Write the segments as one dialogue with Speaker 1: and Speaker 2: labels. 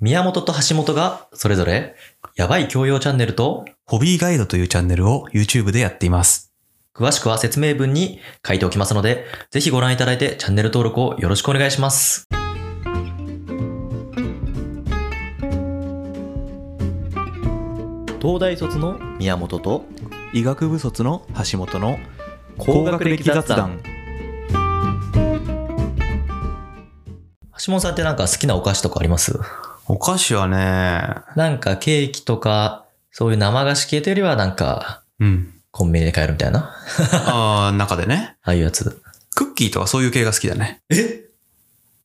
Speaker 1: 宮本と橋本がそれぞれ、やばい教養チャンネルと、
Speaker 2: ホビーガイドというチャンネルを YouTube でやっています。
Speaker 1: 詳しくは説明文に書いておきますので、ぜひご覧いただいてチャンネル登録をよろしくお願いします。東大卒の宮本と、
Speaker 2: 医学部卒の橋本の
Speaker 1: 高学歴雑談。橋本さんってなんか好きなお菓子とかあります
Speaker 2: お菓子はね、
Speaker 1: なんかケーキとか、そういう生菓子系というよりはなんか、
Speaker 2: うん。
Speaker 1: コンビニで買えるみたいな、
Speaker 2: あー中でね。
Speaker 1: ああいうやつ。
Speaker 2: クッキーとかそういう系が好きだね。
Speaker 1: え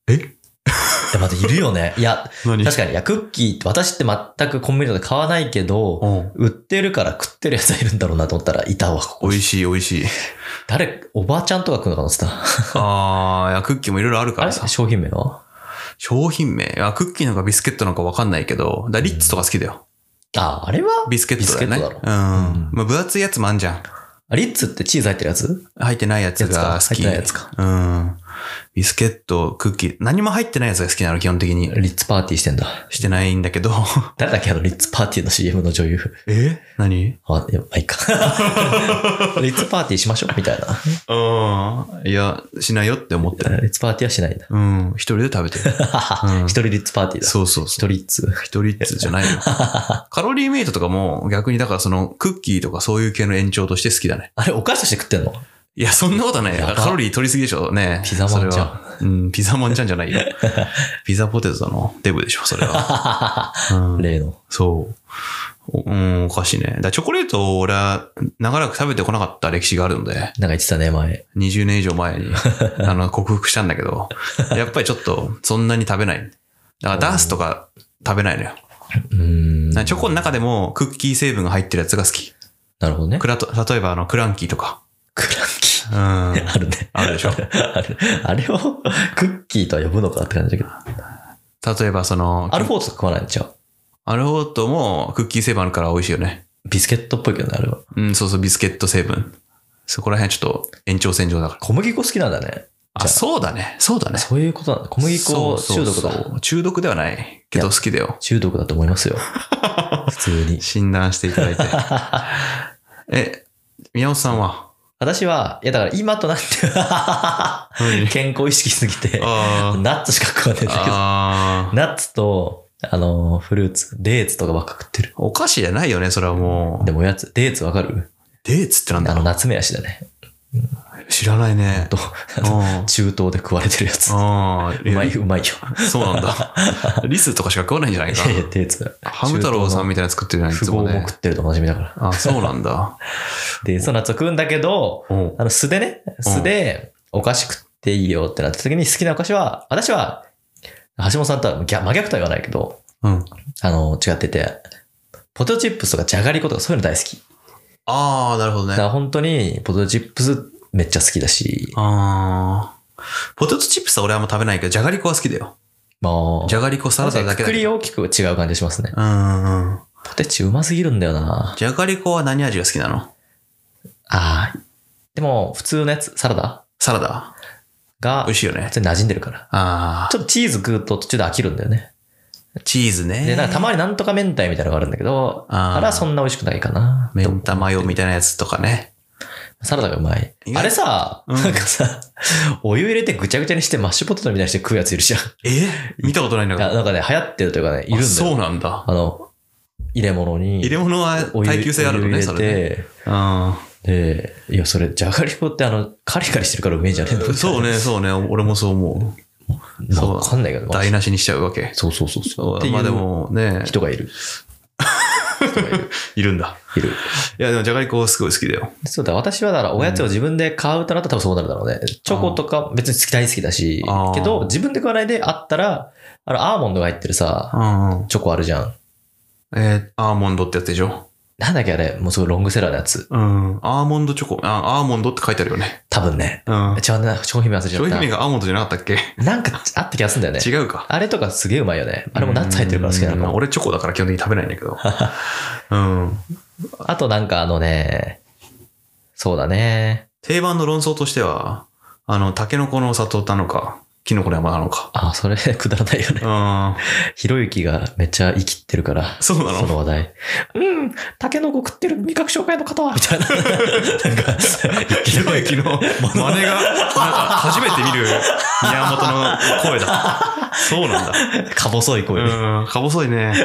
Speaker 2: え
Speaker 1: いや、またいるよね。いや、
Speaker 2: 何
Speaker 1: 確かに、いや、クッキーって私って全くコンビニとか買わないけど、
Speaker 2: うん。
Speaker 1: 売ってるから食ってるやつがいるんだろうなと思ったら、いたわ、ここ。
Speaker 2: 美味しい美味 しい。
Speaker 1: 誰、おばあちゃんとか食うのかなって言って
Speaker 2: あーいや、クッキーもいろいろある
Speaker 1: た。
Speaker 2: か
Speaker 1: あ
Speaker 2: ら
Speaker 1: れ
Speaker 2: さ。
Speaker 1: 商品名は
Speaker 2: 商品名。あ、クッキーなんかビスケットなんかわかんないけど、だリッツとか好きだよ。
Speaker 1: あ、あれは
Speaker 2: ビスケットだよね。
Speaker 1: ビスケット
Speaker 2: うん。
Speaker 1: うん
Speaker 2: まあ、分厚いやつもあんじゃん。
Speaker 1: リッツってチーズ入ってるやつ
Speaker 2: 入ってないやつが
Speaker 1: やつか
Speaker 2: 好き。
Speaker 1: 入ってないやつか
Speaker 2: うん。ビスケット、クッキー、何も入ってないやつが好きなの、基本的に。
Speaker 1: リッツパーティーしてんだ。
Speaker 2: してないんだけど。
Speaker 1: 誰だっけあの、リッツパーティーの CM の女優。
Speaker 2: え何
Speaker 1: あ、やばい か。リッツパーティーしましょうみたいな。
Speaker 2: うん。いや、しないよって思ってる。
Speaker 1: リッツパーティーはしないん だ。
Speaker 2: うん。一人で食べて る。うん
Speaker 1: 一人リッツパーティーだ。
Speaker 2: そうそう
Speaker 1: 一
Speaker 2: そう。
Speaker 1: 人っつう。
Speaker 2: 一人っつじゃない よ。カロリーメイトとかも逆にだからそのクッキーとかそういう系の延長として好きだね。
Speaker 1: あれ、お菓子として食って んの
Speaker 2: いや、そんなことはないよ。
Speaker 1: やば
Speaker 2: カロリー取りすぎでしょ。ね
Speaker 1: ピザマンちゃん
Speaker 2: それはうん、ピザマンちゃんじゃない よ。ピザポテトのデブでしょ、それは。うん
Speaker 1: 例の。
Speaker 2: そう。おうん、おかしいね。だからチョコレートを俺は長らく食べてこなかった歴史があるので、
Speaker 1: なんか言ってたね、前。
Speaker 2: 20年以 上前に、あの、克服したんだけど、やっぱりちょっと、そんなに食べない。だからダースとか食べないのよ。だか
Speaker 1: うーん。
Speaker 2: らチョコの中でもクッキー成分が入ってるやつが好き。
Speaker 1: なるほどね。
Speaker 2: ク
Speaker 1: ク
Speaker 2: ラと、例えばあの、クランキーとか。
Speaker 1: ランキ
Speaker 2: うん。あ
Speaker 1: ー。あるね。
Speaker 2: るでしょ。
Speaker 1: あれあれを クッキーとは呼ぶのかって感じだけど。
Speaker 2: 例えばその、
Speaker 1: アルフォートとか食わないんちゃう
Speaker 2: アルフォートもクッキー成分あるから美味しいよね。
Speaker 1: ビスケットっぽいけどね、あれは。
Speaker 2: うん、そうそう、ビスケット成分。そこら辺はちょっと延長線上だから。
Speaker 1: 小麦粉好きなんだね。
Speaker 2: あ、そうだね。そうだね。
Speaker 1: そういうことなんだ。小麦粉中毒
Speaker 2: そうそう
Speaker 1: だ。
Speaker 2: そう中毒ではないけど好きだよ。
Speaker 1: 中毒だと思います よ。普通に。
Speaker 2: 診断していただい て。え、宮本さんは
Speaker 1: 私は、いやだから今とな って
Speaker 2: 何
Speaker 1: 健康意識すぎて、
Speaker 2: あー
Speaker 1: ナッツしか食わないんだ
Speaker 2: あ
Speaker 1: けど、ナッツと、あの、フルーツ、デーツとかばっか食ってる。
Speaker 2: ー。お菓子じゃないよね、それはもう。
Speaker 1: でもおやつ、デーツわかる
Speaker 2: デーツってなん
Speaker 1: あ
Speaker 2: だ
Speaker 1: の、
Speaker 2: ろ
Speaker 1: ナツメヤシだね。
Speaker 2: う知らないね。
Speaker 1: と、
Speaker 2: あ
Speaker 1: 中東で食われてるやつ。う
Speaker 2: あー。
Speaker 1: まい、
Speaker 2: え
Speaker 1: うまいよ。
Speaker 2: そうなん だ。リスとかしか食わないんじゃないか
Speaker 1: い。やいや デーツだ。
Speaker 2: ハム太郎さんみたいなの作ってるじゃない、い
Speaker 1: 富
Speaker 2: つ
Speaker 1: 豪
Speaker 2: も
Speaker 1: も
Speaker 2: ね
Speaker 1: 食。ってるとおなじみだから。
Speaker 2: あ、そうなんだ。
Speaker 1: で、そのやつを食うんだけど、
Speaker 2: うん
Speaker 1: あの、素でね、素でお菓子食っていいよってなった時に好きなお菓子は、私は、橋本さんとは逆真逆とは言わないけど、
Speaker 2: うん。
Speaker 1: あの、違ってて、ポテトチップスとかじゃがりことかそういうの大好き。
Speaker 2: ああ、なるほどね
Speaker 1: だか。ら本当にポテトチップスめっちゃ好きだし、
Speaker 2: ああ。ポテトチップスは俺はあんま食べないけど、じゃがりこは好きだよ。
Speaker 1: まあ、
Speaker 2: じゃがりこサラダだ
Speaker 1: く
Speaker 2: けだ
Speaker 1: く
Speaker 2: け
Speaker 1: り
Speaker 2: ど。
Speaker 1: 大きく違う感じしますね。
Speaker 2: うんうん。
Speaker 1: ポテチうますぎるんだよな
Speaker 2: じゃがりこは何味が好きなの
Speaker 1: ああ。でも、普通のやつ、サラダ
Speaker 2: サラダ
Speaker 1: が
Speaker 2: 美味、しいよね。
Speaker 1: 普通に馴染んでるから。
Speaker 2: あ
Speaker 1: ちょっとチーズ食うと途中で飽きるんだよね。
Speaker 2: あ。チーズね。
Speaker 1: で、なんかたまになんとか明太みたいなのがあるんだけど、
Speaker 2: あー
Speaker 1: あれはそんな美味しくないかな。
Speaker 2: メンタマヨみたいなやつとかね。
Speaker 1: サラダがうまい
Speaker 2: 意。外
Speaker 1: あれさ、
Speaker 2: うん
Speaker 1: なんかさ、 お湯入れてぐちゃぐちゃにしてマッシュポテトみたいにして食うやついるじゃん。い
Speaker 2: え見たことないんだけ
Speaker 1: や
Speaker 2: ど。
Speaker 1: なんかね、流行ってるというかね、いるんだ
Speaker 2: あ
Speaker 1: よ。
Speaker 2: そうなんだ。
Speaker 1: あの、入れ物に。
Speaker 2: 入れ物は
Speaker 1: お湯
Speaker 2: 耐久性あるの
Speaker 1: お湯
Speaker 2: ね、そ
Speaker 1: 入
Speaker 2: れね。
Speaker 1: れて、
Speaker 2: うん。
Speaker 1: で、いや、それ、じゃがりこってあの、カリカリしてるからうめえんじゃねえ の
Speaker 2: そうね、そうね。俺もそう思
Speaker 1: まあわかんないけど。
Speaker 2: う。台無しにしちゃうわけ。
Speaker 1: そうそうそうそう。っていう
Speaker 2: まあでもね、
Speaker 1: 人がい る。人がいる。
Speaker 2: いるんだ。
Speaker 1: いる。
Speaker 2: いや、でもじゃがりこすごい好きだよ。
Speaker 1: そうだ、私はだからおやつを自分で買うとなったら多分そうなるだろうね。チョコとか別に好き大好きだし
Speaker 2: あー、
Speaker 1: けど自分で買わないであったら、あの、アーモンドが入ってるさ、
Speaker 2: うんうん。
Speaker 1: チョコあるじゃん。
Speaker 2: えーアーモンドってやつでしょ
Speaker 1: なんだっけあれ、もうすごいロングセラーのやつ。
Speaker 2: うん。アーモンドチョコ。あ、アーモンドって書いてあるよね。
Speaker 1: 多分ね。
Speaker 2: うん。
Speaker 1: 違うな、商品名忘れちゃ
Speaker 2: 商品名
Speaker 1: っ
Speaker 2: がアーモンドじゃなかったっけ
Speaker 1: た。なんかあった気がするんだよね。
Speaker 2: 違うか。
Speaker 1: あれとかすげえうまいよね。あれもナッツ入ってるから好きなのか
Speaker 2: うん
Speaker 1: も。
Speaker 2: 俺チョコだから基本的に食べないんだけ ど。うん。
Speaker 1: あとなんかあのね、そうだね。
Speaker 2: 定番の論争としては、あの、タケノコの砂糖なのか、キノコの山なのか。
Speaker 1: あ、それ、 くだらないよね。
Speaker 2: あ
Speaker 1: ひろゆきがめっちゃ生きってるから。
Speaker 2: そうなの
Speaker 1: その話題。うん、タケノコ食ってる味覚障害の方は、みたいな。なんか、
Speaker 2: ーひろゆき の真似が、なんか初めて見る宮本の声だ。そうなんだ。
Speaker 1: か細い声で。
Speaker 2: うん、か細いね。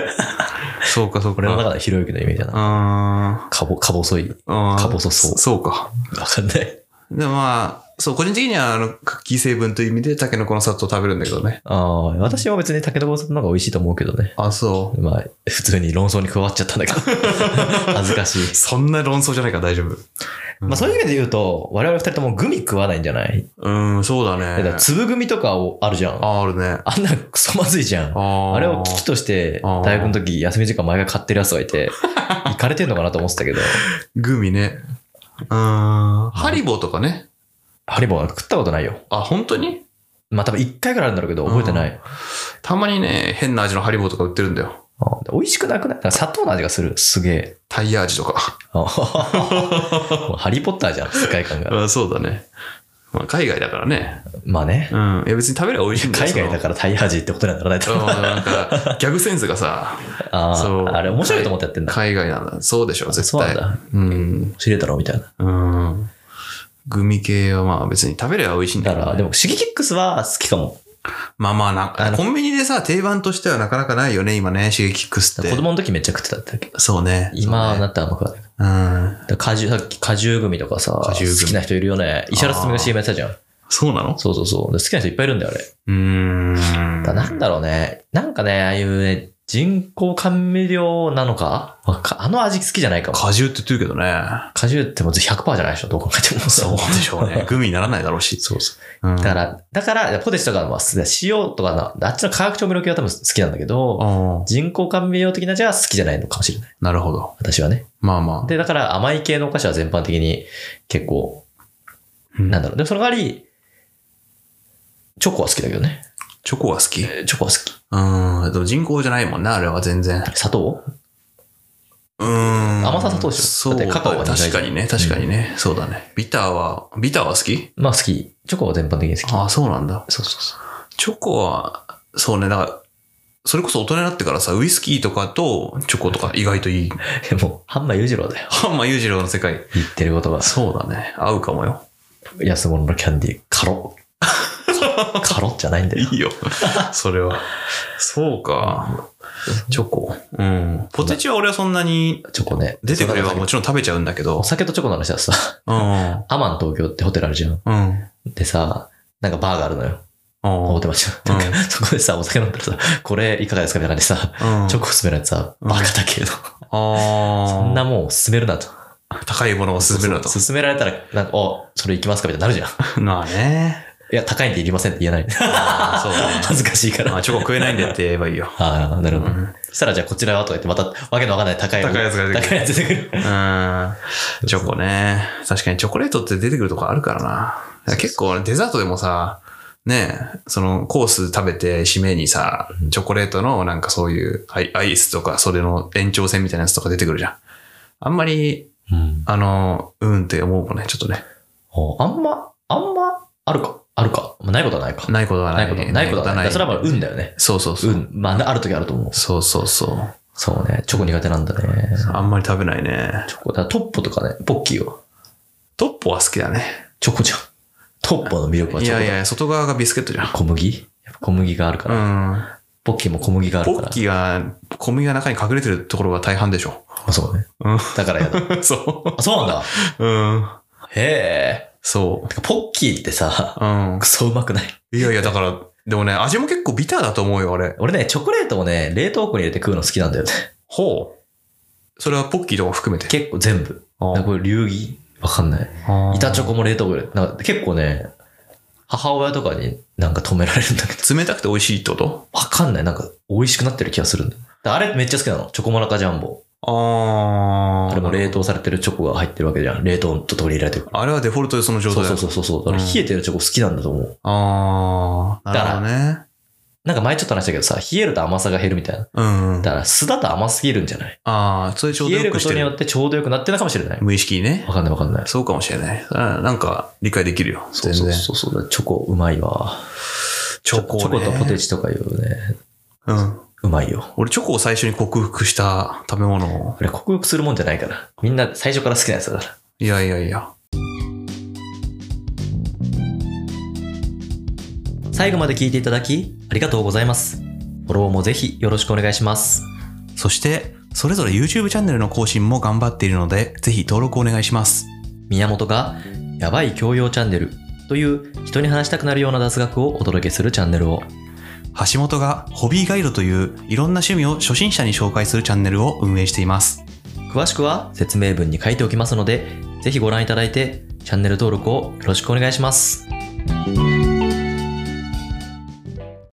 Speaker 2: そうか、そうか。
Speaker 1: 俺の中でひろゆきのイメージだな。
Speaker 2: あ
Speaker 1: かぼ、か細い。
Speaker 2: あ
Speaker 1: か細そう
Speaker 2: そうか。
Speaker 1: わかんない。
Speaker 2: でもまあ、そう、個人的には、あの、クッキー成分という意味で、タケノコの砂糖を食べるんだけどね。
Speaker 1: ああ、私は別にタケノコの方が美味しいと思うけどね。
Speaker 2: あ、そう。
Speaker 1: まあ、普通に論争に加わっちゃったん だけど。恥ずかしい。
Speaker 2: そんな論争じゃないから大丈夫。
Speaker 1: まあ、そういう
Speaker 2: う
Speaker 1: 意味で言うと、我々二人ともグミ食わないんじゃない
Speaker 2: ん。うん、そうだ
Speaker 1: だから
Speaker 2: ね。
Speaker 1: 粒グミとかをあるじゃん。
Speaker 2: あ、あるね。
Speaker 1: あんなんクソまずいじゃん。
Speaker 2: あー
Speaker 1: あれを危機として、
Speaker 2: あー
Speaker 1: 大学の時休み時間毎回買ってる奴がい て、行かれてんのかなと思ってたけど、
Speaker 2: グミね。うん。ハリボーとかね。
Speaker 1: ハリボーは食ったことないよ。
Speaker 2: あ、本当に
Speaker 1: まあ多分一回ぐらいあるんだろうけど、覚えてない。
Speaker 2: たまにね、変な味のハリボーとか売ってるんだよ。
Speaker 1: あ美味しくなくないなんか砂糖の味がする。すげえ。
Speaker 2: タイヤ味とか。
Speaker 1: あもうハリーポッターじゃん、世界観が。
Speaker 2: あそうだね。まあ、海外だからね。
Speaker 1: まあね。
Speaker 2: うん。いや、別に食べれば美味しいんだよ。
Speaker 1: 海外だからタイ味ってことなんだろうね。多
Speaker 2: ら。うん
Speaker 1: 分
Speaker 2: なんか、ギャグセンスがさ、
Speaker 1: あ
Speaker 2: そう
Speaker 1: ーあれ面白いと思ってやってんだ。
Speaker 2: 海外なんだ。そうでしょ、絶対。
Speaker 1: そうなんだ。
Speaker 2: うん。
Speaker 1: 知れたろみたいな。
Speaker 2: うん。グミ系はまあ別に食べれば美味しいんだ
Speaker 1: だ
Speaker 2: け
Speaker 1: か
Speaker 2: ど
Speaker 1: ら、
Speaker 2: ね
Speaker 1: でも、シゲキックスは好きかも。
Speaker 2: まあまあな
Speaker 1: あの
Speaker 2: コンビニでさ、定番としてはなかなかないよね、今ね、シゲキックスって。
Speaker 1: 子供の時めっちゃ食ってたってだけ。
Speaker 2: そうね。
Speaker 1: 今は
Speaker 2: そう
Speaker 1: な
Speaker 2: ね
Speaker 1: ってあんま食わない。だ
Speaker 2: うん。
Speaker 1: から果汁、さっき果汁組とかさ、
Speaker 2: 果
Speaker 1: 好
Speaker 2: 汁グミ
Speaker 1: きな人いるよね。石原すすみが CM やってたじゃん。
Speaker 2: そうなの
Speaker 1: そうそうそう。で好きな人いっぱいいるんだよ、あれ。
Speaker 2: うーん。
Speaker 1: だからなんだろうね。なんかね、ああいうね、人工甘味料なのかわかあの味好きじゃないかも。
Speaker 2: 果汁って言ってるけどね。
Speaker 1: 果汁ってもう100%じゃないでしょ、どう考えても。
Speaker 2: そうでしょ うね。グミにならないだろうし。
Speaker 1: そうそう。
Speaker 2: うん、
Speaker 1: だから、だから、ポテチとかは、塩とかな、あっちの化学調味料系は多分好きなんだけど、
Speaker 2: ああ
Speaker 1: 人工甘味料的なじゃ好きじゃないのかもしれない。
Speaker 2: なるほど。
Speaker 1: 私はね。
Speaker 2: まあま
Speaker 1: で、だから甘い系のお菓子は全般的に結構、
Speaker 2: あ。
Speaker 1: なん
Speaker 2: だ
Speaker 1: だろう。でもその代わり、チョコは好きだけどね。
Speaker 2: チョコは好き。う
Speaker 1: チョコは好き。
Speaker 2: ーん。でも人工じゃないもんな、あれは全然。
Speaker 1: 砂糖
Speaker 2: うーん。
Speaker 1: 甘さ砂糖でしょ
Speaker 2: そう
Speaker 1: だ
Speaker 2: だ
Speaker 1: っ
Speaker 2: ね。
Speaker 1: てカカオは苦い
Speaker 2: 確かにね、確かにね。そうだね。ビターは、ビターは好き
Speaker 1: まあ好き。チョコは全般的に好き。
Speaker 2: ああ、そうなんだ。
Speaker 1: そうそうそう。
Speaker 2: チョコは、そうね、だから、それこそ大人になってからさ、ウイスキーとかとチョコとか意外と いい。
Speaker 1: で も、ハンマー裕次郎だよ。
Speaker 2: ハンマー裕次郎の世界。
Speaker 1: 言ってることが。
Speaker 2: そうだね。合うかもよ。
Speaker 1: 安物のキャンディー、カ ロ。カロじゃないんだよ。
Speaker 2: いい よ。それは。そうか。チョコ。うん。ポテチは俺はそんなに
Speaker 1: チョコね。
Speaker 2: 出てくれば
Speaker 1: その中で
Speaker 2: もちろん食べちゃうんだけど
Speaker 1: お。酒とチョコの話はさ、
Speaker 2: うん。
Speaker 1: アマン東京ってホテルあるじゃん。
Speaker 2: うん。
Speaker 1: でさ、なんかバーがあるのよ。
Speaker 2: うん
Speaker 1: 大手町の。なんか そこでさ、お酒飲んだらさ、これいかがですかみたいな感じでさ、
Speaker 2: うん
Speaker 1: チョコ勧められてさ、バカだけど、
Speaker 2: あー
Speaker 1: そんなもん勧めるなと。
Speaker 2: 高いものを勧めるなと。
Speaker 1: 勧められたら、なんか、お、それ行きますかみたいになるじゃん。 い
Speaker 2: まあね。
Speaker 1: や、高いんでいりませんって言えない。
Speaker 2: あーそうね。
Speaker 1: 恥ずかしいから。
Speaker 2: まあ、チョコ食えないんでって言えばいいよ。
Speaker 1: ああ、なるほど。
Speaker 2: うん
Speaker 1: そしたら、じゃあこちらはとか言って、また、わけのわかんない高い
Speaker 2: 高いやつが出てくる
Speaker 1: 高いやつ出てくる。
Speaker 2: うん。チョコね。確かにチョコレートって出てくるとこあるからな。結構デザートでもさ、ねえそのコース食べて締めにさ、チョコレートのなんかそういうアイアイスとか、それの延長線みたいなやつとか出てくるじゃん。あんまり、
Speaker 1: うん。
Speaker 2: あの、うんって思うもんね、ちょっとね。
Speaker 1: あんま、あんま、あるか。あるか。まあ、ないことはないか。
Speaker 2: ないことは
Speaker 1: な
Speaker 2: ないい。
Speaker 1: ことはないことはない。それはまあ、運だよね。
Speaker 2: そうそうそう。
Speaker 1: 運。まあな、ある時あると思う。
Speaker 2: そうそうそう。
Speaker 1: そうね。チョコ苦手なんだね。
Speaker 2: あんまり食べないね。
Speaker 1: チョコ、だからトッポとかね、ポッキーは。
Speaker 2: トッポは好きだね。
Speaker 1: チョコじゃん。トッポの魅力はいチョコ
Speaker 2: や
Speaker 1: だ。
Speaker 2: いや、外側がビスケットじゃん。
Speaker 1: 小麦やっぱ小麦があるから。
Speaker 2: うん。
Speaker 1: ポッキーも小麦がある
Speaker 2: ポ
Speaker 1: から。
Speaker 2: ッキーは小麦が中に隠れてるところが大半でしょ。
Speaker 1: あ、そうね。
Speaker 2: うん。
Speaker 1: だからやだ。
Speaker 2: そ
Speaker 1: あ、そうなんだ。
Speaker 2: う。うん。
Speaker 1: へえ。
Speaker 2: そ
Speaker 1: てかポッキーってさ、
Speaker 2: う。うん
Speaker 1: ク。ソうまくない
Speaker 2: いやいや、だから、でもね、味も結構ビターだと思うよ、あれ。
Speaker 1: 俺ね、チョコレートをね、冷凍庫に入れて食うの好きなんだよね。
Speaker 2: ほう。それはポッキーとか含めて。
Speaker 1: 結構全部。なんかこれ流儀わかんない。板チョコも冷凍庫で。なんか結構ね、母親とかになんか止められるんだけど、
Speaker 2: コ。冷たくて美味しいってこと
Speaker 1: わかんない。なんか美味しくなってる気がするんだよ。だあれめっちゃ好きなの。チョコモナカジャンボ。
Speaker 2: あ
Speaker 1: あれも冷凍されてるチョコが入ってるわけじゃん。冷凍と取り入れられてる。
Speaker 2: あれはデフォルトでその状
Speaker 1: そ
Speaker 2: 態
Speaker 1: う
Speaker 2: だ
Speaker 1: そうそうそうそう。あれ
Speaker 2: うん
Speaker 1: 冷えてるチョコ好きなんだと思う。
Speaker 2: ああ。なるほどね。
Speaker 1: なんか前ちょっと話したけどさ、冷えると甘さが減るみたいな。
Speaker 2: うんうん。
Speaker 1: だから酢だと甘すぎるんじゃない
Speaker 2: ああ、それちょうど
Speaker 1: 冷え
Speaker 2: よ
Speaker 1: るこ
Speaker 2: くし
Speaker 1: と
Speaker 2: て
Speaker 1: によ
Speaker 2: る。
Speaker 1: ってちょうどよくなってるのかもしれない。
Speaker 2: 無意識にね。
Speaker 1: わかんないわかんない。
Speaker 2: そうかもしれない。あなんか理解できるよ。
Speaker 1: そ
Speaker 2: 全
Speaker 1: うそう
Speaker 2: 然。
Speaker 1: そうそう。チョコうまいわ。
Speaker 2: チョコね
Speaker 1: チョコとポテチとかいうね、
Speaker 2: うん。
Speaker 1: うまいよ。
Speaker 2: 俺チョコを最初に克服した食べ物
Speaker 1: これ克服するもんじゃないから。みんな最初から好きなやつだから。
Speaker 2: いやいやいや。
Speaker 1: 最後まで聞いていただき、ありがとうございます。フォローもぜひよろしくお願いします。
Speaker 2: そして、それぞれ YouTube チャンネルの更新も頑張っているので、ぜひ登録お願いします。
Speaker 1: 宮本がやばい教養チャンネルという人に話したくなるような雑学をお届けするチャンネルを
Speaker 2: 橋本がホビーガイドといういろんな趣味を初心者に紹介するチャンネルを運営しています。
Speaker 1: 詳しくは説明文に書いておきますのでぜひご覧いただいてチャンネル登録をよろしくお願いします